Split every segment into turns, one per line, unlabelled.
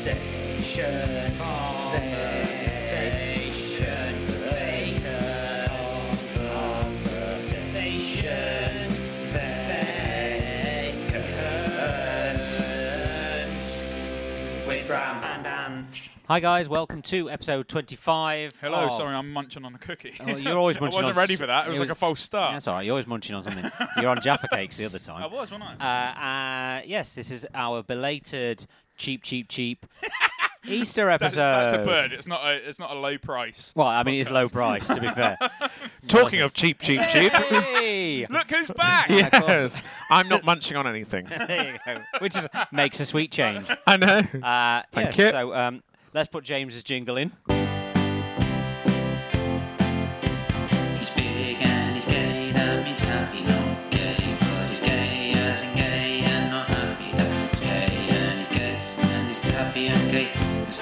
Conversation. Conversation. Haters. Conversation. Vacant. With Bram and Ant.
Hi guys, welcome to episode 25.
Hello,
of-
sorry, I'm munching on a cookie.
Oh, you're always munching
I wasn't
on
ready
s-
for that. It was,
it was-
like a false start.
That's all right. You're always munching on something. You're on Jaffa cakes the other
I
time.
was, wasn't
Uh,
I?
uh, yes, this is our belated cheap, cheap, cheap Easter
That's,
episode.
that's a bird. It's not a. It's not a low price.
Well, I mean, it's low
podcast.
price to be fair.
Talking of cheap, cheap, cheap.
Hey!
Look who's back!
yes, I'm not munching on anything.
there you go. Which is makes a sweet change.
I know.
Uh,
Thank
yes,
you.
So um, let's put James's jingle in.
He's big and he's gay, that means happy, not gay. But he's gay as in gay and not happy, that's gay and he's gay and he's happy and gay. It's,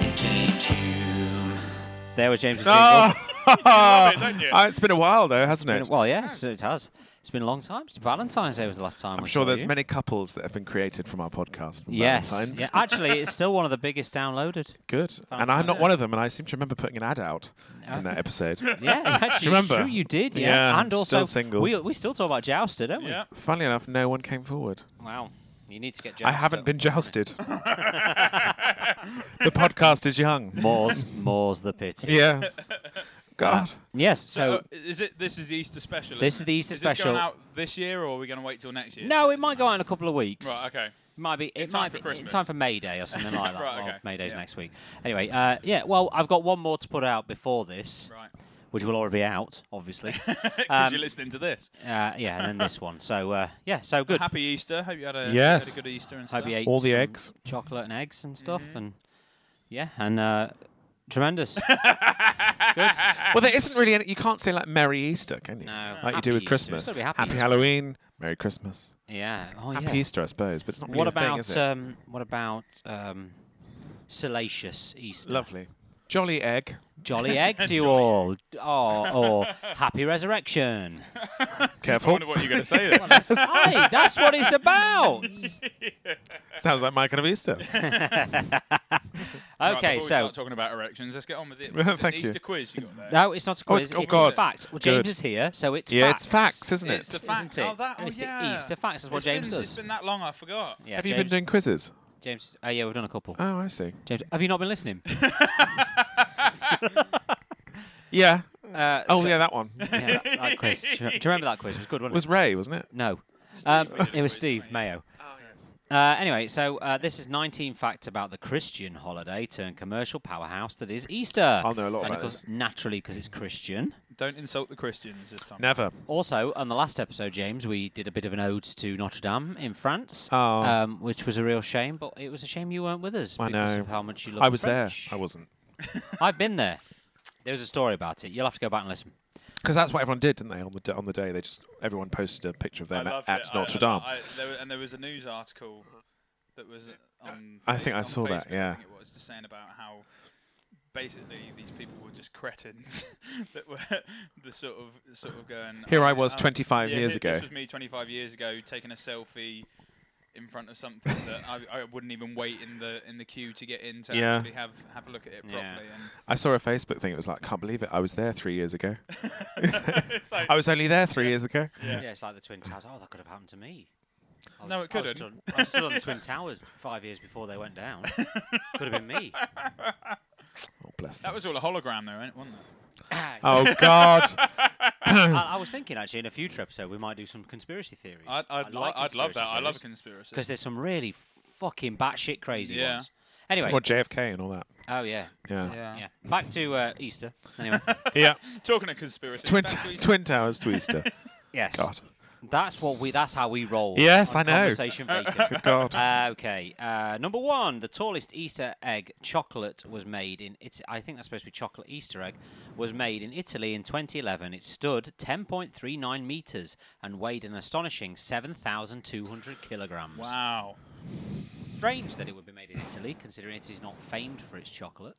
it's James Hume.
There was James's
Oh, Uh,
it,
Oh,
don't you?
it's been a while though, hasn't
jingle.
it?
Well, yes, it has. It's been a long time. Valentine's Day was the last time.
I'm sure there's
you.
many couples that have been created from our podcast. on
Yes.
Valentine's.
Yeah, actually, it's still one of the biggest downloaded.
Good. And I'm not one of them, and I seem to remember putting an ad out in that episode.
Yeah, actually,
remember?
sure you did. Yeah,
Yeah,
and also
still single.
We, we still talk about Jouster, don't we?
yeah.
Funnily enough, no one came forward.
Wow, you need to get Jouster.
I haven't been jousted. the podcast is young.
More's more's the pity.
Yes. God.
Yes.
So,
So
uh, is it? This is the Easter special.
This
isn't
is the
it?
Easter
is This
special.
going out this year, or are we going to wait till next year?
no, it might go out in a couple of weeks.
Right. Okay.
Might be. It
time
might
for
be
Christmas.
time for May Day or something like that.
Right,
Well,
okay.
May Day's
Yeah.
next week. Anyway, uh, yeah. Well, I've got one more to put out before this,
Right.
which will already be out, obviously. uh,
'Cause you're listening to this.
yeah, and then this one. So uh, yeah, so good.
Happy Easter. Hope you had a,
Yes.
had a good Easter Mm-hmm. and stuff.
Hope you ate
All the
some
eggs.
chocolate and eggs and stuff, and yeah, and uh, tremendous. Good.
Well, there isn't really any. You can't say like Merry Easter, can you?
No.
Like you
Happy
do with
Easter. It's
Christmas.
gotta be Happy
happy
Easter.
Halloween. Merry Christmas.
Yeah. Oh yeah.
Happy Easter, I suppose, but it's not really
What
a thing,
about
is it?
um, what about um, salacious Easter?
Lovely. Jolly egg.
Jolly egg to you all. Oh, or happy resurrection.
I
Careful.
wonder what you're going to say. then.
Aye, that's what it's about.
Sounds like my kind of Easter.
Right, before
Okay,
we
so
start talking about erections. Let's get on with it.
Well,
It's an
thank you.
Easter quiz you got there.
no, it's not a
Oh,
quiz.
it's- oh,
it's
God.
fact. Well, James
Good.
is here, so it's
yeah,
facts.
it's facts, isn't it?
It's a fact.
Isn't it?
Oh, that, oh,
It's the
yeah.
Easter facts, that's what
It's
James
been-
does.
It's been that long, I forgot.
Yeah,
Have
James,
you been doing quizzes?
James? Oh yeah, we've done a couple.
Oh, I see.
James, have you not been listening?
Yeah.
Uh,
Oh,
so-
yeah, that one. it
yeah, that, that quiz. Do you, do you remember that quiz? It was a good, wasn't it?
was Ray, wasn't it?
no, um,
we did
it was
a quiz, didn't
Steve
we?
Mayo.
Oh,
Uh, anyway, so uh, this is 19 facts about the Christian holiday turned commercial powerhouse that is Easter.
I'll know a lot
and
about
of course, naturally, because it's Christian.
Don't insult the Christians this time.
Never.
Also, on the last episode, James, we did a bit of an ode to Notre Dame in France,
Oh.
um, which was a real shame. But it was a shame you weren't with us
I
because
know.
of how much you love.
I was there.
French.
I wasn't.
I've been there. There's a story about it. You'll have to go back and listen.
Because that's what everyone did, didn't they? On the d- on the day, they just everyone posted a picture of
I
them at,
loved
at
it. I-
Notre
I-
Dame.
I- there was- and there was a news article that was on.
I
Fa-
think I
on
saw that,
Facebook,
yeah.
I think it was just saying about how basically these people were just cretins that were the sort of sort of going.
Here I
"Oh,
was
oh,
25
yeah,
years
thi-
ago."
This was me 25 years ago taking a selfie. In front of something that I, I wouldn't even wait in the in the queue to get in to
Yeah.
actually have, have a look at it
Yeah.
properly.
I saw a Facebook thing. It was like, can't believe it. I was there three years ago.
And it's like,
I was only there three years ago.
Yeah, it's like the Twin Towers. Oh, that could have happened to me. I was,
No, it
I was
couldn't.
stood- I was stood on the Twin Towers five years before they went down. could have been me.
Oh, bless
that
them.
was all a hologram, though, ain't it, wasn't it?
Oh, God.
I, I was thinking actually in a future episode we might do some conspiracy theories.
I'd, I'd, lo- I'd love that. I love a conspiracy.
because there's some really fucking batshit crazy
Yeah.
ones. Anyway,
Well, JFK and all that.
oh yeah,
Yeah.
yeah. Back to uh, Easter. Anyway,
Yeah.
Talking of conspiracy.
Twin,
back to Easter.
twin Towers to Easter.
yes,
God.
that's what we. That's how we roll.
Yes,
on
I know.
Conversation vacant.
Good God.
Uh, okay, uh, number one, the tallest Easter egg chocolate was made in. It- I think that's supposed to be chocolate Easter egg was made in Italy in 2011. It stood 10.39 meters and weighed an astonishing 7,200 kilograms.
Wow.
Strange that it would be made in Italy, considering it is not famed for its chocolate.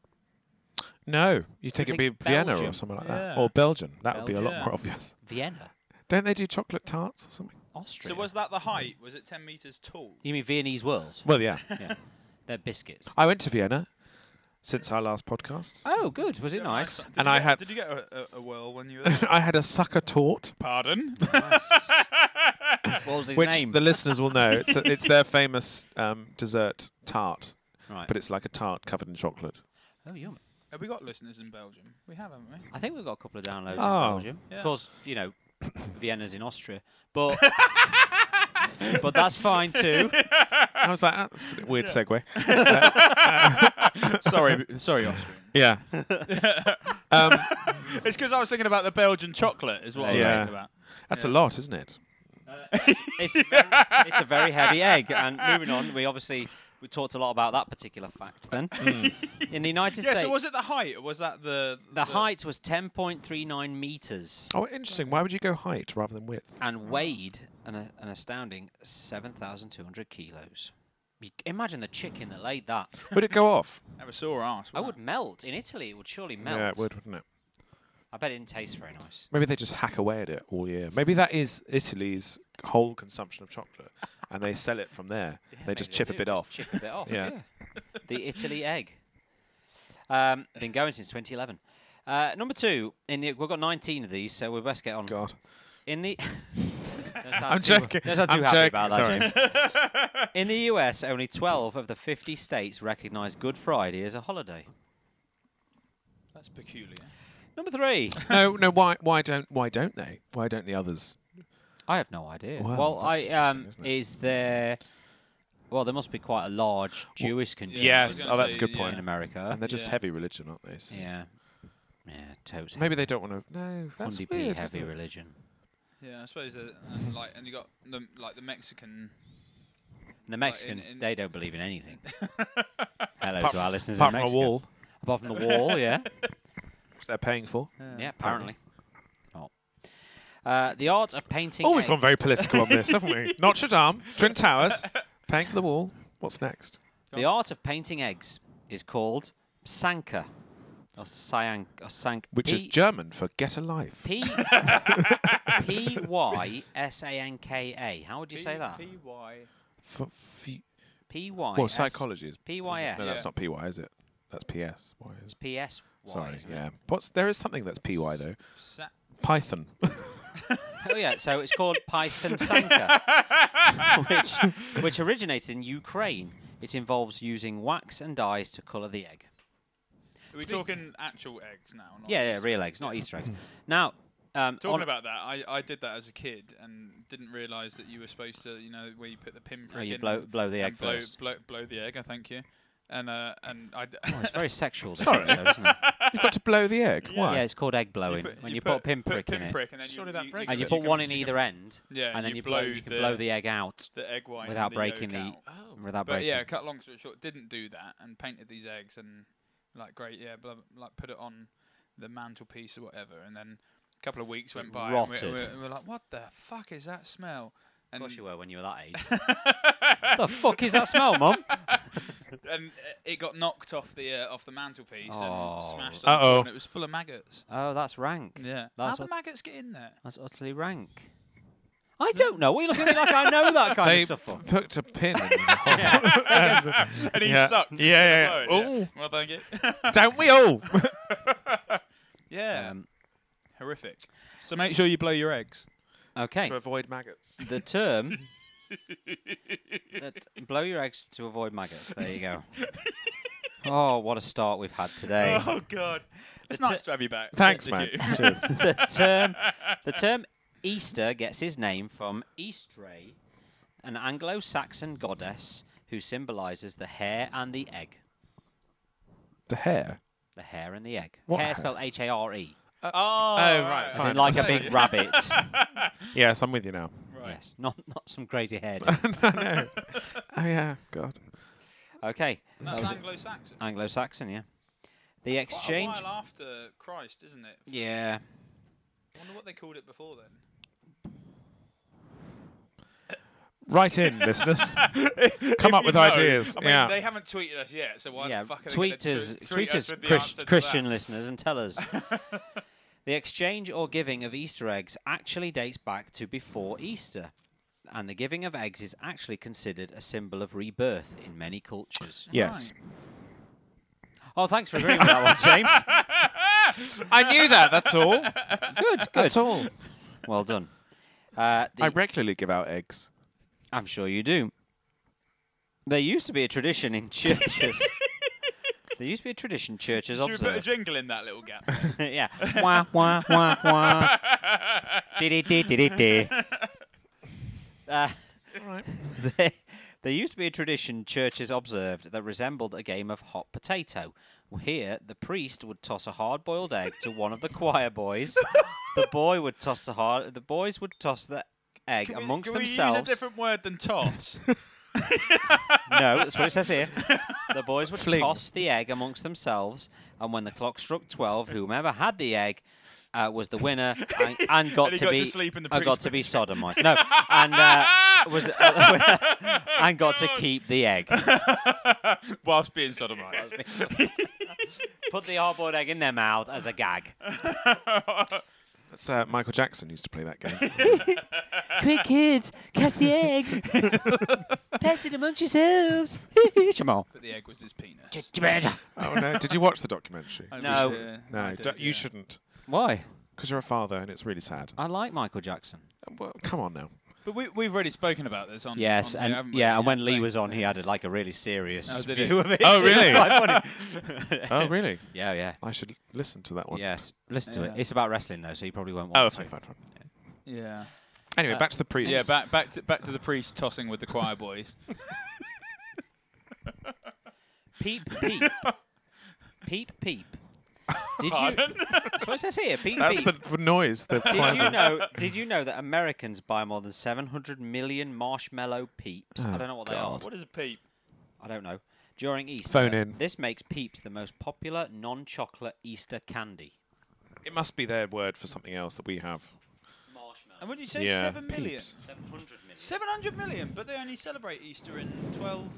No, you think it'd be
think
Vienna
Belgium.
or something like
Yeah.
that, or Belgium. That would be a lot
Belgium.
more obvious.
Vienna.
Don't they do chocolate tarts or something?
Austria.
So was that the height? Was it ten meters tall?
you mean Viennese whirls?
Well, yeah.
yeah, they're biscuits.
I went to Vienna since our last podcast.
Oh, good. Was
Yeah,
it nice?
Did
And
you
I
get-
had-
Did you get a, a, a whirl when you were there?
I had a sucker tort,
Pardon?
What was his
which
name?
the listeners will know. It's, a, it's their famous um, dessert tart,
right.
but it's like a tart covered in chocolate.
oh, yum.
have we got listeners in Belgium? We have, haven't we?
I think we've got a couple of downloads in
Oh.
Belgium.
Yeah.
Of course, you know, Vienna's in Austria, but but that's fine too.
I was like, that's a weird segue.
sorry, sorry, Austrian.
Yeah. um,
It's because I was thinking about the Belgian chocolate, is what I was
Yeah.
thinking about.
that's a lot, isn't it?
It's very, it's a very heavy egg. And moving on, we obviously we talked a lot about that particular fact. Then
Hmm.
in the United
Yeah.
States,
So was it the height, or was that the
the height was 10.39 meters
Oh, interesting. Why would you go height rather than width?
and weighed an, an astounding 7,200 kilos. You c- Imagine the chicken that laid that.
Would it go off?
Never saw ass.
I would melt in Italy. It would surely melt.
Yeah, it would, wouldn't it?
I bet it didn't taste very nice.
Maybe they just hack away at it all year. Maybe that is Italy's whole consumption of chocolate, and they sell it from there. they just
Maybe
chip a
do,
bit
just
off.
Chip a bit off.
Yeah.
yeah. the Italy egg. Um, been going since 2011. Uh, number two in the we've got 19 of these, so we best get on.
God,
In the
I'm joking.
That's not too
I'm
happy
joking.
about that.
Sorry.
Jim. In the US, only 12 of the 50 states recognise Good Friday as a holiday.
That's peculiar.
Number three.
no, no. Why? Why don't? Why don't they? Why don't the others?
I have no idea.
Wow,
well,
that's
I
interesting,
um,
isn't it?
is there? Well, there must be quite a large Jewish contingent
Yeah, I was
yes.
gonna
Oh, that's a
say,
good
yeah.
point.
in America.
And they're just
Yeah.
heavy religion, aren't they? So
Uh, yeah, yeah, totes.
Maybe they don't want to. No, that's
Fundy P
weird.
heavy
isn't it?
religion.
Yeah, I suppose. uh, and like, and you got the, like the Mexican.
The Mexicans,
in-
they don't believe in anything. Hello
Apart
to our listeners
Apart
in
from a
Mexico.
wall,
Apart from the wall, yeah.
which they're paying for.
yeah, apparently. Not. Uh, the art of painting.
Oh, we've
egg-
gone very political on this, haven't we? Notre Dame, Twin Towers, paying for the wall. What's next?
The art of painting eggs is called Sanka. Or Sank. Or Sank.
Which is
P-
German for get a life.
P P Y S A N K A. How would you say that?
P Y.
For fe-
P Y.
well, psychology is
PYS.
No,
Yeah.
that's not PY, is it? That's PS. Why is-
P S Y.
Sorry,
isn't it?
yeah. What's there is something that's PY though.
Sa-
Python.
Oh yeah, so it's called Python Sanka, which which originated in Ukraine. It involves using wax and dyes to colour the egg.
Are we talking actual eggs now? not
Yeah, yeah,
just-
real eggs, not Easter eggs. Now, um,
Talking
on-
about that, I, I did that as a kid and didn't realise that you were supposed to, you know, where you put the pinprick
oh, you
in
blow blow the
and
egg
blow,
first.
blow blow the egg. I thank you. And uh, and I d-
Oh, it's very sexual. this
Sorry.
episode, isn't it?
You've got to blow the egg. Why?
Yeah, it's called egg blowing when you, put, a pinprick
put
in it,
pinprick and then you-
Surely that
you,
breaks
and you
it.
put
can-
one in
you can-
either end,
Yeah,
and then you, blow, you can blow the egg out
the egg white
without
and
breaking
yolk
the
out.
without
But
breaking.
yeah, cut long story short, didn't do that and painted these eggs and like great, yeah, blah, like put it on the mantelpiece or whatever, and then a couple of weeks went by and we-
rotted.
we, we were like, what the fuck is that smell? And
Of course you were when you were that age. the fuck is that smell, mum?
and uh, it got knocked off the uh, off the mantelpiece
Oh.
and smashed. on the
Uh-oh.
floor And it was full of maggots.
Oh, that's rank.
Yeah. How
That's
the
what-
maggots get in there?
That's utterly rank. I don't know. What are you looking at me like I know that kind
They
of stuff for?
put a pin. in the hole.
And he
Yeah.
sucked.
Yeah, yeah,
Blow it,
yeah.
Oh, Well, thank you.
Don't we all?
yeah.
Um,
Horrific. So make sure you blow your eggs.
okay.
avoid maggots.
The term. that blow your eggs to avoid maggots. There you go. Oh, what a start we've had today.
Oh God. It's
The t-
nice to have you back.
Thanks,
Thank
man.
you.
Cheers.
the term the term Easter gets its name from Eastrae, an Anglo-Saxon goddess who symbolizes the hare and the egg.
The hair.
The hare and the egg.
What
hare
hare?
spelled H A R E.
Oh,
right,
As
fine.
in like a
I'll
big rabbit.
Yes, I'm with you now.
Right.
yes, not not some crazy hare. dude.
Oh yeah, God.
okay.
That's Anglo-Saxon.
Anglo-Saxon, yeah. The exchange.
Quite a while after Christ, isn't it?
Yeah.
I wonder what they called it before then.
Right in, listeners. Come up with ideas.
I mean,
yeah.
they haven't tweeted us yet, so why
yeah,
the fuck are
tweet
they gonna
us,
tw-
tweet us,
with the
Chris-
answer to
Christian
that?
listeners, and tell us. the exchange or giving of Easter eggs actually dates back to before Easter. and the giving of eggs is actually considered a symbol of rebirth in many cultures.
Yes.
Oh, thanks for agreeing with that one, James.
I knew that. That's all.
Good, good.
That's all.
Well done. Uh, the-
I regularly give out eggs.
I'm sure you do. There used to be a tradition in churches. there used to be a tradition churches
Should we put a
observe.
jingle in that little gap?
yeah. Wah wah wah wah. Dee dee dee dee dee. Uh, there, there used to be a tradition churches observed that resembled a game of hot potato. Here, the priest would toss a hard-boiled egg to one of the choir boys. the boy would toss the hard. The boys would toss the egg
Can we-
amongst
can
themselves.
We use a different word than toss.
No, that's what it says here. The boys would
Fling.
toss the egg amongst themselves, and when the clock struck twelve, whomever had the egg uh, was the winner and, and
And
got
he
to
got
be
to sleep in the
and got
priest's
to be sodomized. No, and uh,
Ah!
was
Oh,
and got to keep the egg.
Whilst being sodomised.
Put the hard-boiled egg in their mouth as a gag.
That's uh, Michael Jackson used to play that game.
Quick, kids, catch the egg. Pass it amongst yourselves. Come on.
but the egg was his penis.
oh no! Did you watch the documentary?
I
No.
wish, uh,
No,
I
don't-
did,
you
yeah.
shouldn't,
Why?
because you're a father, and it's really sad.
I like Michael Jackson.
Well, come on now.
But we, we've already spoken about this on.
Yes,
on here,
and
haven't we?
yeah, and when Lee
thank-
was on, he had like a really serious
Oh, did he?
view of it.
Oh,
It was
really?
quite funny.
Oh really?
yeah, yeah,
I should listen to that one.
yes. Listen to it.
Yeah.
It's about wrestling though, so you probably won't. Want
Oh,
to.
fine, fine, fine.
Yeah.
Anyway, back to the priest.
Uh, Yeah. Back back to back to the priest tossing with the choir boys.
Peep, peep, peep, peep. Did you? That's what it says here. Peep,
That's
peep.
the f- noise. The
did you know? Did you know that Americans buy more than 700 million marshmallow peeps? I don't know what
Oh, God.
they are.
is a peep?
I don't know. During Easter,
Phone in.
this makes peeps the most popular non-chocolate Easter candy.
It must be their word for something else that we have.
And
Marshmallow.
would you say
Yeah,
seven million?
peeps.
700 million.
Seven hundred million, but they only celebrate Easter in twelve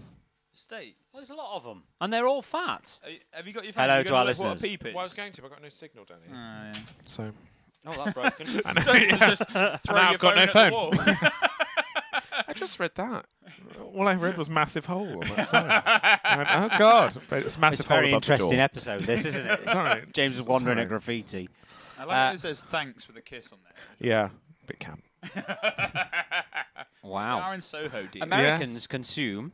states.
Well, there's a lot of them, and they're all fat.
Are you- Have you got your phone?
Hello
You're
to
gonna
our
look what a
listeners.
peep is?
going to, but I got no signal down
Oh,
here.
yeah.
So
Oh, that broken.
Just throw
now
your
I've got no
at the
phone.
wall.
I just read that. All I read was massive hole on that side. I went, oh God! But it's massive
it's a
hole
very
above the
interesting
door.
episode, this isn't it?
Sorry,
James is wandering
sorry.
at graffiti.
I like
Uh,
that it says thanks with a kiss on there.
Yeah, bit camp.
We
Wow.
are in Soho, dear.
Americans consume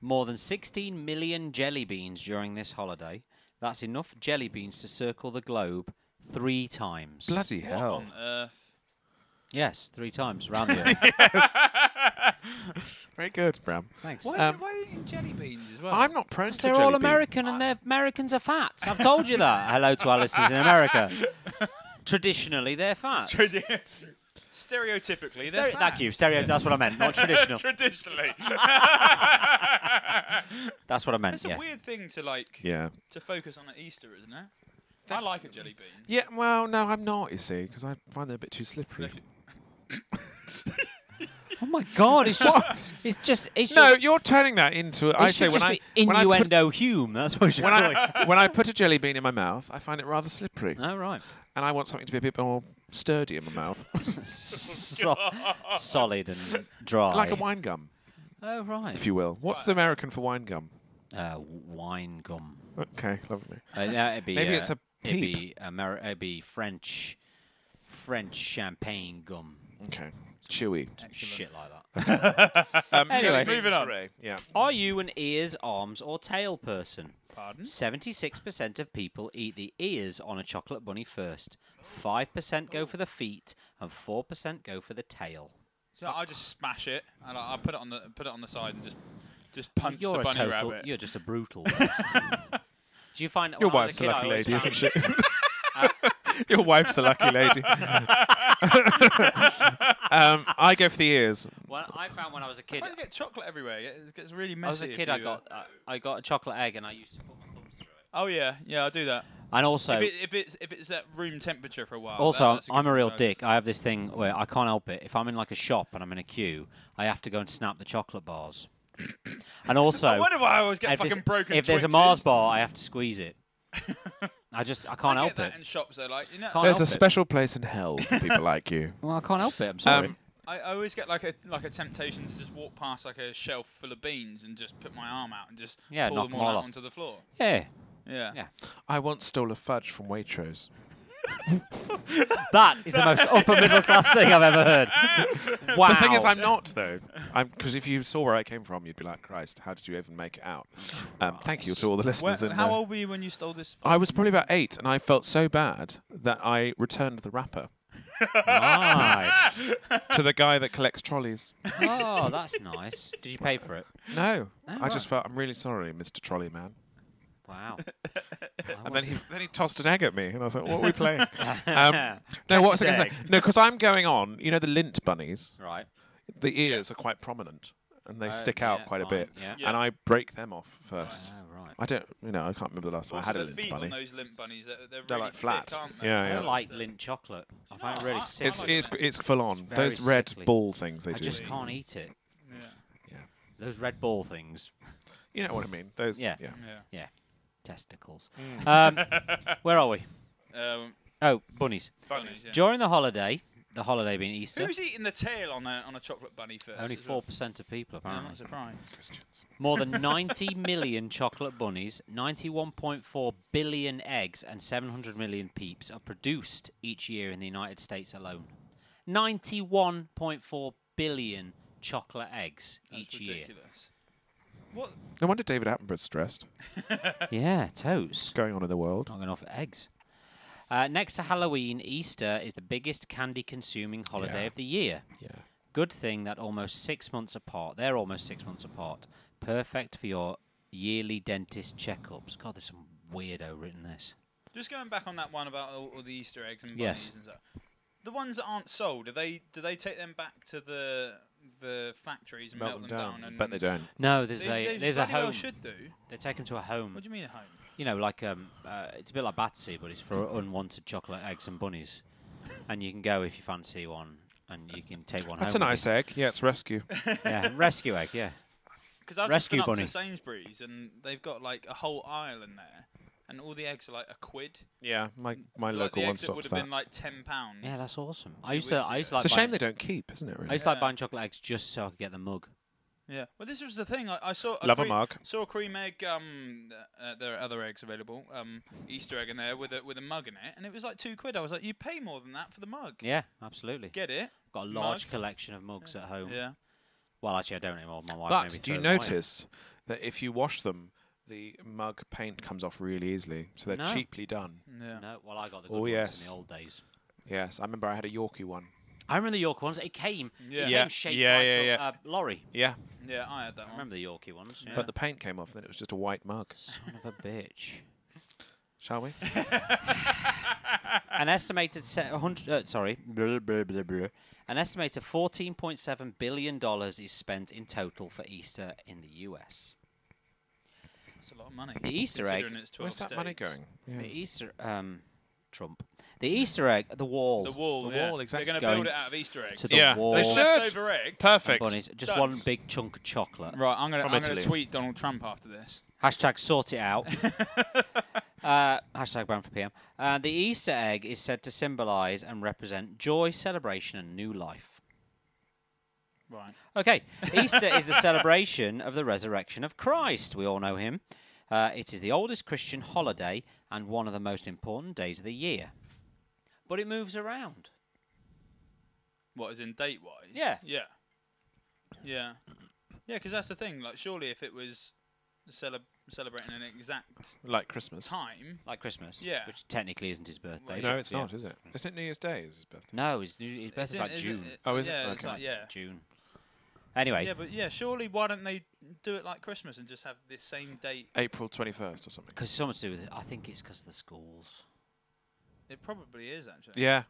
more than 16 million jelly beans during this holiday. That's enough jelly beans to circle the globe three times.
Bloody
What
hell!
on earth?
yes, three times round the earth.
Very good, Bram.
Thanks.
Why,
Um,
why are you eating jelly beans as well?
I'm not prone to
They're
jelly
all
bean.
American and they're Americans are fat. I've told you that. Hello to our listeners in America. Traditionally, they're fat.
Stereotypically,
Stere- Thank you. Stereo. That's what I meant. Not traditional.
Traditionally,
That's what I meant.
it's
yeah.
a weird thing to like
Yeah.
to focus on at Easter, isn't it? I like a jelly bean.
Yeah. Well, no, I'm not. You see, because I find they're a bit too slippery.
Unless you-
Oh my god! It's just. It's just. It's
No,
just.
you're turning that into. I
it
say
should
when
just
I
be
when I put
innuendo Hume. That's what it should
when
be.
I when I put a jelly bean in my mouth, I find it rather slippery,
Oh right.
and I want something to be a bit more sturdy in my mouth,
So- solid and dry.
like a wine gum,
Oh right.
if you will. What's the American for wine gum?
uh, wine gum.
Okay, lovely.
Uh, no, it'd be,
Maybe
uh,
it's a
It'd be, Ameri- it'd be French, French champagne gum,
Okay, chewy.
shit like that.
Um,
Anyway.
Moving on.
Hooray. Yeah.
Are you an ears, arms, or tail person?
Pardon?
76% of people eat the ears on a chocolate bunny first. 5% go for the feet, and 4% go for the tail.
So I just smash it and I, I put it on the put it on the side and just just punch
You're
the
a
bunny
total.
rabbit.
You're just a brutal. person. Do you find that
Your
when I
wife's
was kid, I
a lucky
always
lady,
found-
isn't she? Your wife's a lucky lady. um, I go for the ears.
Well, I found when I was a kid.
Why do you get chocolate everywhere? It gets really messy.
I was a
if
kid. I
you, uh,
got I, I got a chocolate egg, and I used to put my thumbs through it.
Oh yeah, yeah, I do that.
And also,
If, it, if it's if it's at room temperature for a while. that-
Also,
that's good
I'm a real
advice.
dick. I have this thing where I can't help it. If I'm in like a shop and I'm in a queue, I have to go and snap the chocolate bars. and also,
I wonder why I always get
if,
fucking
there's,
broken.
if there's a
Twixes.
Mars bar, I have to squeeze it. I just I can't
I get
help
that
it.
in shops though, like you know.
Can't
There's
help it.
a special place in hell for people like you.
Well, I can't help it. I'm sorry.
Um,
I, I always get like a like a temptation to just walk past like a shelf full of beans and just put my arm out and just
Yeah,
pull
knock
them
them
all
all
out
off.
onto the floor.
Yeah.
Yeah.
Yeah.
I once stole a fudge from Waitrose.
That is the most upper middle class thing I've ever heard. Wow.
The thing is, I'm not though. I'm because if you saw where I came from, you'd be like, "Christ, how did you even make it out?" Um, thank you to all the listeners. in
how
there.
old were you when you stole this?
I was probably about eight, and I felt so bad that I returned the wrapper
nice.
to the guy that collects trolleys.
Oh, that's nice. Did you pay for it?
No,
Oh,
I just felt I'm really sorry, Mr. Trolley Man.
Wow.
And then he then he tossed an egg at me, and I thought, "What are we playing?" um, no, what was I going to say?
Catch
No, because I'm going on. You know the lint bunnies.
Right.
The ears are quite prominent, and they stick out
yeah,
quite a
fine,
bit.
yeah.
Yeah.
And I break them off first.
Oh, right.
I don't, you know, I can't remember the last time Oh, I
Also
had a
the
lint
feet
bunny.
on those limp bunnies. They're, they're,
They're
really
like flat.
Thick, aren't they?
Yeah,
I
yeah.
don't like lint chocolate. I find it
I-
really
I
sick.
It's
like
it's
that.
it's full on.
very
Those red
sickly.
ball things they
I
do.
just can't eat it.
Yeah.
Those red ball things.
You know what I mean? Those.
Yeah.
yeah.
Yeah.
Yeah. Testicles. Um, where are we?
Um,
Oh, bunnies.
bunnies. Yeah.
During the holiday, the holiday being Easter,
Who's eating the tail on a on a chocolate bunny first?
only
as well?
4% of people
Yeah, I'm
apparently.
not surprised.
More than 90 million chocolate bunnies, 91.4 billion eggs, and 700 million peeps are produced each year in the United States alone. 91.4 billion chocolate eggs
That's
each
ridiculous. What?
No wonder David Attenborough's stressed.
year. Yeah, toes.
What's going on in the world?
Not enough eggs. Uh, next to Halloween, Easter is the biggest candy consuming holiday
Yeah.
of the year.
Yeah.
Good thing that almost six months apart, they're almost six months apart. Perfect for your yearly dentist checkups. God, there's some weirdo written this.
Just going back on that one about all, all the Easter eggs and bunnies
Yes.
and stuff. The ones that aren't sold, do they do they take them back to the the factories and melt, them down? and
Bet they don't.
No, there's
They,
a
they
there's a
bloody well
home.
should do.
They take them to a home.
What do you mean a home?
You know, like um, uh, it's a bit like Batsy, but it's for unwanted chocolate eggs and bunnies. And you can go if you fancy one, and you can take one
That's a
home. with
nice egg. Yeah, it's rescue.
you. yeah, rescue egg. Yeah.
Because I've
Rescue
just been
bunny.
up to Sainsbury's and they've got like a whole aisle in there, and all the eggs are like a quid.
yeah, my my
like
local
the
one
eggs that would
stops
have
that.
been like ten pounds.
Yeah, that's awesome. I
Two
used to
weeks
I used to
ago.
like
it's a shame
buying-
they don't keep, isn't it?
I
Really?
used to like
Yeah.
buying chocolate eggs just so I could get the mug.
Yeah. Well, this was the thing. I, I saw a
Love a
cream,
mug.
Saw a cream egg. Um, uh, there are other eggs available. Um, Easter egg in there with a with a mug in it, and it was like two quid. I was like, you pay more than that for the mug.
Yeah, absolutely.
Get it?
Got a
mug.
large collection of mugs at home.
Yeah.
Well, actually, I don't anymore. My wife. made me
But do you
throw them away.
notice that if you wash them, the mug paint comes off really easily, so they're
No. Hmm.
cheaply done.
Yeah.
No, well, I got the good
Oh,
ones in
yes.
the old days.
Yes, I remember I had a Yorkie one.
I remember the York ones. It came,
Yeah.
it
Yeah,
came shaped
yeah,
like
yeah,
a
yeah.
Uh, lorry.
Yeah,
Yeah, I had that
I
one.
remember the Yorkie ones.
Yeah.
but the paint came off, then it was just a white mug.
Son of a bitch.
Shall we?
An estimated se- 100, uh, sorry, blah, blah, blah, blah. an estimated 14.7 billion dollars is spent in total for Easter in the U.S.
That's a lot of money.
The Easter egg-
Considering it's 12
Where's that money
states.
going? Yeah.
The Easter, um, Trump, the Easter egg, the wall,
The wall.
The
yeah.
wall, exactly.
They're going to build
Going
it out of Easter eggs.
to the
Yeah, they
wall,
should.
and
Shit.
Leftover eggs.
Perfect.
bunnies, just one
Dunks.
big chunk of chocolate.
Right, I'm gonna
From
I'm gonna
Italy.
tweet Donald Trump after this.
Hashtag sort it out. uh, hashtag ban for PM. Uh, the Easter egg is said to symbolise and represent joy, celebration, and new life.
Right.
Okay, Easter is the celebration of the resurrection of Christ. We all know him. Uh, it is the oldest Christian holiday and one of the most important days of the year. But it moves around.
What is in date wise?
Yeah.
Yeah. Yeah. Yeah, because that's the thing. Like, surely if it was cele- celebrating an exact
Like Christmas.
time,
Like Christmas,
Yeah.
which technically isn't his birthday.
No, it's not, is it? Isn't it New Year's Day? Is his birthday?
No, his, his
Is
birthday's
it-
like
is it-
June.
Oh, is it?
yeah, It's
Okay.
like, yeah.
June. Anyway,
Yeah, but yeah, surely why don't they do it like Christmas and just have this same date?
April 21st or something.
because something to do with it. I think it's because of the schools.
It probably is actually.
Yeah.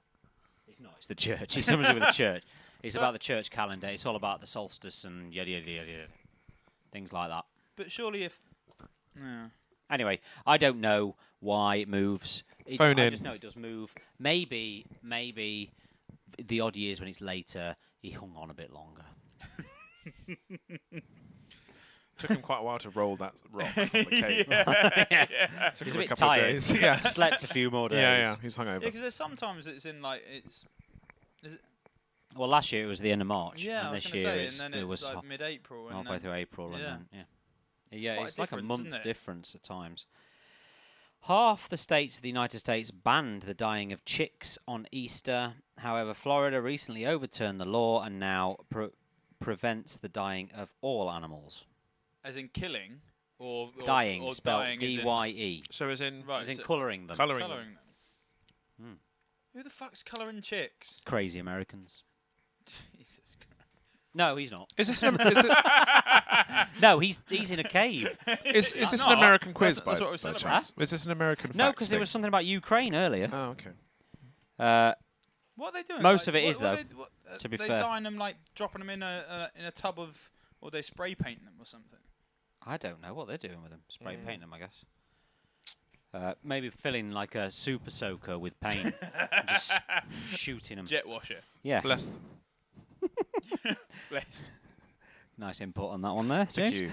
It's not. It's the church. It's something to do with the church. It's about the church calendar. It's all about the solstice and yada yada yada, yada. things like that.
But surely if. Yeah.
Anyway, I don't know why it moves. It,
Phone
I
in.
just know it does move. Maybe, maybe the odd years when it's later, he hung on a bit longer.
Took him quite a while to roll that rock from the cave. Took
He's
him
a
a,
bit
couple
tired.
of days. Yeah.
Slept a few more days.
Yeah, yeah. He's hungover.
Yeah, because there's sometimes it's in like it's. Is it,
Well, last year it was the end of March,
Yeah, I
and
was
this
gonna
year
say,
it's,
and then
it
it's
was
like
ha-
mid-April, and
halfway
then
through April, and
yeah.
then yeah, yeah,
quite a
it's like a
difference, isn't
month
it?
difference at times. Half the states of the United States banned the dying of chicks on Easter. However, Florida recently overturned the law and now pre- prevents the dying of all animals.
as in killing or, or
dying,
or
spelled
dying as in- Oh,
D Y E,
So as in
Right,
as in
so
colouring them.
colouring.
colouring them.
Hmm.
Who the fuck's colouring chicks?
Crazy Americans.
Jesus Christ.
No, he's not.
Is this an, Am- is it,
No, he's he's in a cave.
is, is this an
not.
American quiz?
That's-
by,
that's what we're
by
celebrating.
chance? Is this an American?
no,
fact
because there was
thing?
something about Ukraine earlier.
Oh, okay.
Uh,
What are they doing?
Most
like,
of it
what,
is,
what
though,
They, what, uh,
to be
they
fair.
dyeing them like dropping them in a, a in a tub of, or they spray paint them or something.
I don't know what they're doing with them. Spray
Mm.
paint them, I guess. Uh, maybe filling like a super soaker with paint, and just shooting them.
Jet washer.
Yeah,
Bless them.
Bless.
nice input on that one there,
Thank
James.
you.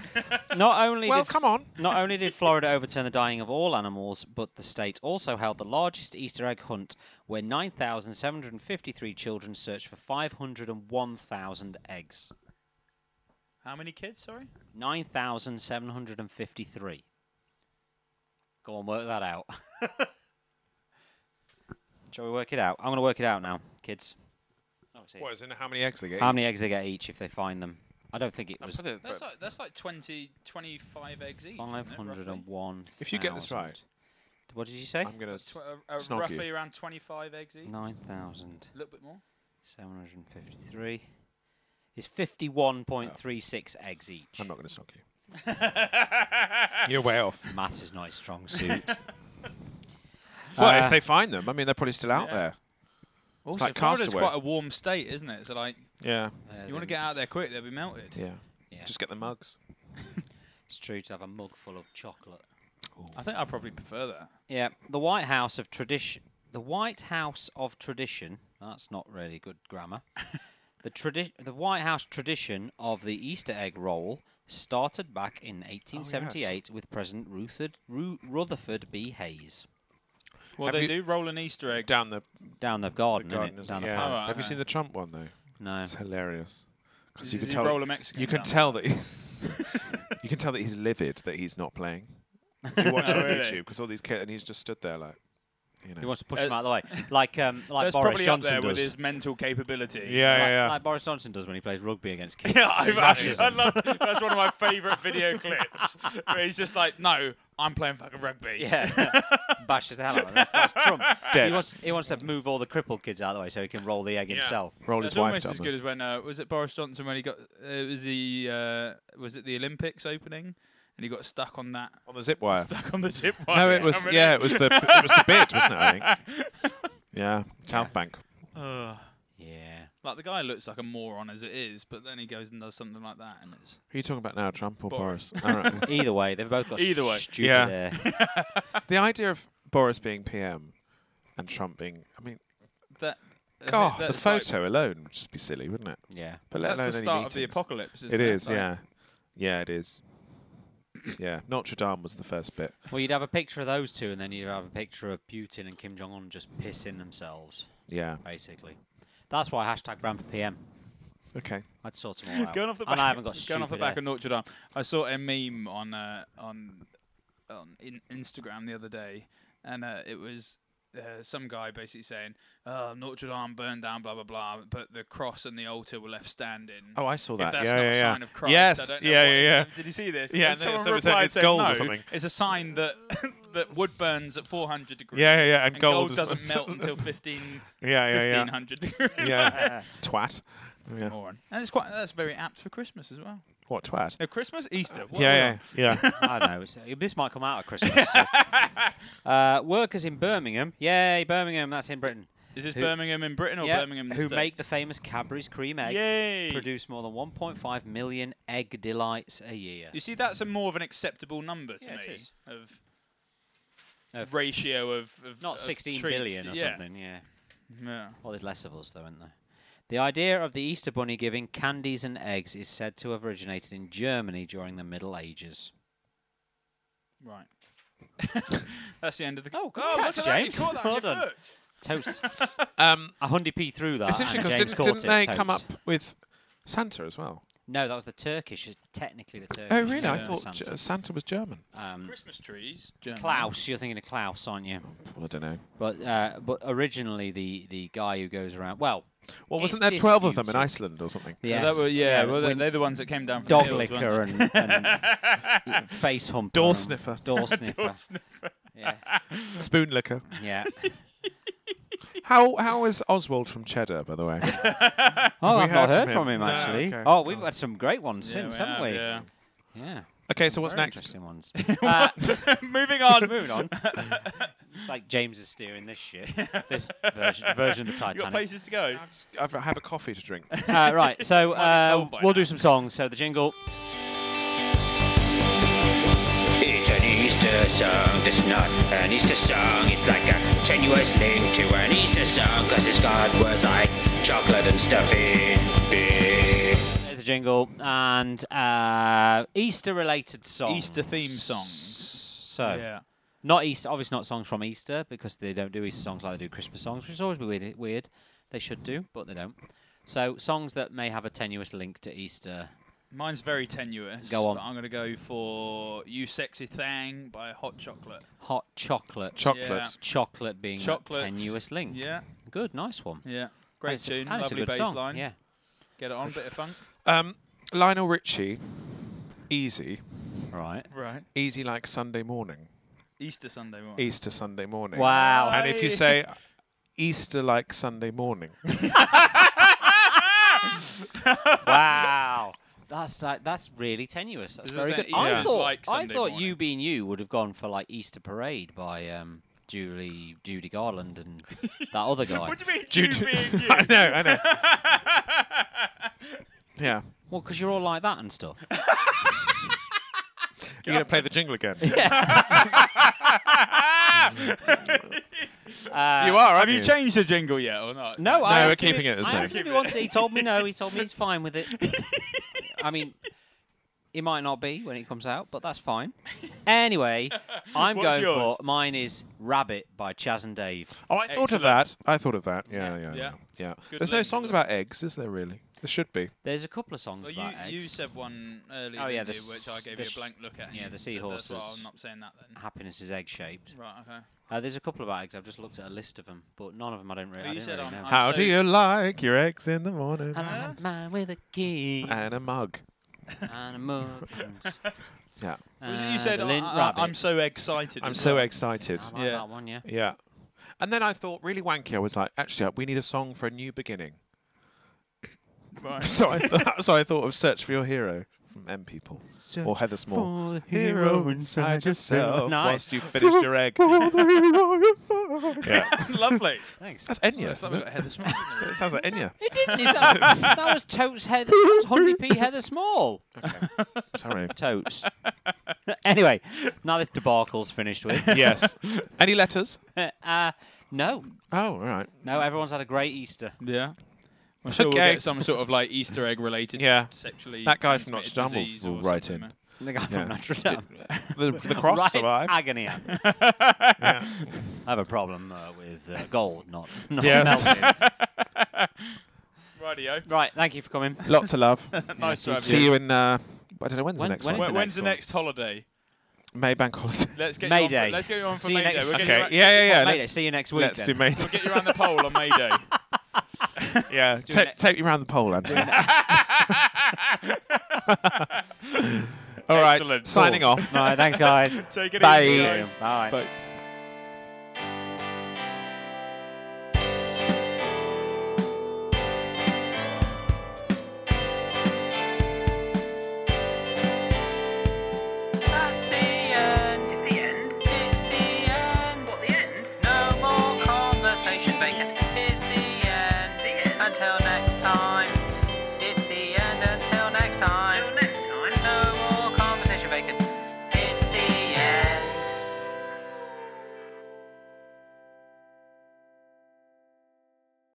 Not only
Well,
did
come on.
not only did Florida overturn the dying of all animals, but the state also held the largest Easter egg hunt, where 9,753 children searched for 501,000 eggs.
How many kids? Sorry.
9,753. Go on, work that out. Shall we work it out? I'm going to work it out now, kids.
What is in how many eggs they get?
How many eggs they get each if they find them? I don't think it
No,
was
put it-
That's
but
like that's like 20, 25 eggs each. isn't it, roughly?
501.
If you get this right-
What did you say?
I'm gonna.
Tw-
s-
uh, uh,
Snog you.
roughly around twenty-five eggs each.
9,753
A little bit more.
is 51.36 eggs each.
I'm not gonna snog you. You're way off.
Maths is not his strong suit.
Well,
Uh,
if they find them, I mean, they're probably still out
yeah.
there.
Also,
like
Florida's
Castaway.
quite a warm state, isn't it? So like,
Yeah,
you want to get out there quick, they'll be melted.
yeah.
Yeah.
Just get the mugs.
It's true to have a mug full of chocolate.
I think I probably prefer that.
Yeah, the White House of tradition. The White House of tradition. That's not really good grammar. the tradi- The White House tradition of the Easter egg roll started back
Oh,
in 1878 with President Rutherford, Ru- Rutherford B. Hayes.
Well,
Have
they
you-
do roll an Easter egg.
Down the
Down the garden, innit?
garden. isn't
down
it?
the
yeah.
path.
Alright,
Have you
yeah.
seen the Trump one though?
No,
It's hilarious. Because
Does
you can
he
tell.
roll a Mexican.
You can
down?
tell that he's you can tell that he's livid that he's not playing. If you watch
Oh,
on
really?
YouTube because all these kids and he's just stood there like, you know.
he wants to push
Uh,
him out of the way, like um, like
That's
Boris
probably
Johnson
up there
does.
with his mental capability.
yeah,
like,
yeah, yeah.
like Boris Johnson does when he plays rugby against kids.
Yeah, I've, I,
Smashes
I
'em.
love that's one of my favourite video clips. Where he's just like, no, I'm playing fucking rugby.
Yeah, bashes the hell out of him. That's, that's Trump.
Dead.
He wants, he wants to move all the crippled kids out of the way so he can roll the egg himself.
Roll his
That's
wife
almost
down.
as good as when uh, was it Boris Johnson when he got uh, it was the uh, was it the Olympics opening and he got stuck on that
on the zip wire.
stuck on the zip wire.
No, it was
coming
yeah,
in.
it was the it was the bid, wasn't it? I think. Yeah, South Bank.
Ugh.
Yeah.
like the guy looks like a moron as it is, but then he goes and does something like that, and it's
Who are you talking about now, Trump or
Boris.
Boris? All right.
Either way, they've both got
Either way.
stupid uh,
Yeah.
hair.
The idea of Boris being PM and Trump being, I mean,
that.
God,
that
the
is like-
photo alone would just be silly, wouldn't it?
Yeah.
But let
that's
alone
the
any
start of the
meetings.
apocalypse. Isn't
It is,
Like,
yeah, yeah, it is. Yeah, Notre Dame was the first bit.
Well, you'd have a picture of those two, and then you'd have a picture of Putin and Kim Jong Un just pissing themselves,
Yeah.
basically. That's why hashtag Bran for PM.
Okay.
I'd sort them all out.
Going off the
and
back,
I haven't got
going
stupid
off the back
hair.
of Notre Dame. I saw a meme on uh, on on in Instagram the other day, and uh, it was uh, some guy basically saying, oh, "Notre Dame burned down, blah blah blah," but the cross and the altar were left standing.
Oh, I saw that.
if that's
yeah,
not
yeah,
a
yeah.
sign of Christ,
Yes.
I don't know
yeah,
what
yeah,
it
yeah.
is. Did you see this? and
Yeah, and then
someone
someone said
replied
it's
saying,
gold or
"No,
something."
It's a sign that that wood burns at 400 degrees.
Yeah, yeah, yeah, and
gold,
gold is-
doesn't melt until 15,
Yeah, yeah,
1500 degrees.
yeah. yeah. Twat. Yeah.
Moron. And it's quite that's very apt for Christmas as well.
What twat?
Uh, Christmas, Easter. What are we
yeah,
on?
yeah, yeah.
I don't know. It's, uh, this might come out at Christmas. so. uh, workers in Birmingham. Yay, Birmingham. That's in Britain.
Is this
Who-
Birmingham in Britain or
Yeah,
Oh, Birmingham? in the
who
States?
make the famous Cadbury's cream egg.
Yay!
produce more than 1.5 million egg delights a year.
You see, that's a more of an acceptable number to
Yeah,
me
it is.
of.
Of-
ratio of, of
Not
of
16
treats.
billion or
yeah.
something, yeah.
Yeah.
Well, there's less of us, though, isn't there? The idea of the Easter Bunny giving candies and eggs is said to have originated in Germany during the Middle Ages.
Right. that's the end of the.
Oh, good
look
catch,
Oh, at that, you
Oh, James.
caught that on
Well
your
done.
foot.
Toast.
Um,
A hundred p through that.
Ah,
essentially,
and
because
James
didn't,
caught
didn't
it,
they come up
toast.
with Santa as well?
No, that was the Turkish. it's Technically, the Turkish.
Oh, really?
name
I
for
thought
Santa.
Santa. Santa was German.
Um,
Christmas trees. German.
Klaus, you're thinking of Klaus, aren't you?
Well, I don't know.
But uh, but originally the the guy who goes around. Well,
Well,
It's
wasn't there 12 of them in
disputed.
Iceland or something?
Yeah,
yes,
that were, yeah, well, they,
when
they're the ones that came down from
dog
the hills, weren't
licker and, and face humper,
Door
and
sniffer.
door sniffer. yeah,
Spoon liquor.
yeah.
How how is Oswald from Cheddar, by the way?
Oh,
we
I've not heard
heard from
from
him?
him,
No,
actually.
okay.
Oh, we've had some great ones
Yeah,
since,
we
haven't we?
have,
yeah.
okay, so what's
Very
next?
Interesting ones. Uh,
yeah. Moving on.
moving on. It's like James is steering this shit. This version, version of the
You got
Titanic.
places to go.
I've- I have a coffee to drink.
Uh, right, so
Might be
uh,
cold by
we'll
now.
do some songs. So the jingle.
It's an Easter song that's not an Easter song. It's like a tenuous link to an Easter song, cause it's got words like chocolate and stuff in big.
There's the jingle and uh, Easter-related songs.
Easter theme songs.
So
Yeah.
not Easter, obviously not songs from Easter because they don't do Easter songs like they do Christmas songs, which is always weird. Weird, they should do, but they don't. So songs that may have a tenuous link to Easter.
Mine's very tenuous.
Go on.
But I'm going to go for You Sexy Thing by Hot Chocolate.
Hot chocolate.
Chocolate.
Yeah.
Chocolate being that
Chocolate.
tenuous link.
Yeah.
Good, nice one.
Yeah. Great
It's-
tune.
and it's a
Lovely
good
bass
song,
line.
Yeah.
Get it on. Bit of funk.
Um, Lionel Richie, easy,
Right.
Right.
easy like Sunday morning,
Easter Sunday
E-
morning.
Easter Sunday morning.
Wow.
And if you say Easter like Sunday morning,
wow. That's like, that's really tenuous. That's
Does it
very
say
good.
Easter
I
is
thought
like
I
Sunday
thought
morning?
you being you would have gone for like Easter Parade by um, Julie Judy Garland and that other guy.
What do you mean?
Jude-
You being you?
I know, I know. yeah,
Well, because you're all like that and stuff.
you're gonna play the jingle again.
Uh,
You are.
Have
aren't
you changed the jingle yet or not?
No, I
No, we're
asked him
keeping
if-
it the
I
same.
asked him if he
Keep it.
wants it. He told me no. He told me he's fine with it. I mean, it might not be when it comes out, but that's fine. Anyway, I'm
What's
going
yours?
for mine is Rabbit by Chaz and Dave.
Oh, I thought of that. I thought of that. Yeah, yeah,
Yeah.
yeah.
Yeah.
yeah.
Good
There's no
link,
songs
good link.
about eggs, is there really? There should be.
There's a couple of songs
Well, you,
about
you
eggs.
said one earlier,
Oh, yeah,
didn't
the
you, which I
s-
gave
the
you
sh-
a blank look at.
yeah, the
so that's why
seahorses.
I'm not saying that then.
Happiness is egg shaped.
Right, okay.
Uh, there's a couple about eggs. I've just looked at a list of them, but none of them I don't really,
Well,
I
you
didn't
said
really
I'm-
know.
I'm-
How
so-
do you like your eggs in the morning?
and I had mine with a key
Uh,
And a mug.
and a mug. and-
Yeah.
Was it
and
you said
a
I,
lint
I,
rabbit.
I'm so excited?
I'm
as
so
well.
excited.
I like
yeah.
that one, yeah.
Yeah. And then I thought, really wanky, I was like, actually, we need a song for a new beginning.
Right.
So I, th- so I thought of Search for Your Hero from M People or Heather Small.
For the
Once
Nice.
you finished your egg. yeah.
Lovely.
Thanks.
That's Enya.
It's like
isn't
we
it?
got Heather Smith, isn't
It sounds like Enya.
It didn't. Is that, that was Totes Heather. That was Hundy P Heather Small.
Sorry.
Totes. anyway, now this debacle's finished with.
Yes. Any letters?
Uh, no,
Oh, all right.
no. Everyone's had a great Easter.
it? yeah. I'm sure we'll
Okay.
get some sort of like Easter egg related
Yeah.
sexually
That guy from Notre
transmitted
Dame will-
disease
will
or
write
something, man.
in.
The guy
Yeah.
from Notre Dame.
The, the cross
right
survived.
agony. I have a problem uh, with uh, gold, not, not
Yes.
melting.
Rightio.
right, thank you for coming.
Lots of love.
Nice to have
See you in. Uh, I don't know when's
When-
the next
when
one.
is
When-
the
When's the
next
next holiday?
May Bank Holiday.
Let's get You on
Mayday.
for, let's get you on for
See you
Mayday.
next-
We'll get you
okay.
ra-
yeah, yeah, yeah.
Mate,
Let's,
see you next week.
let's do
then.
May.
We'll get you around the pole on Mayday.
yeah.
do
Ta-
ne-
take me round the pole, Andy. All right.
Excellent.
Signing off.
All right, thanks, guys.
Take it
Bye.
easy, guys.
Bye.
Bye.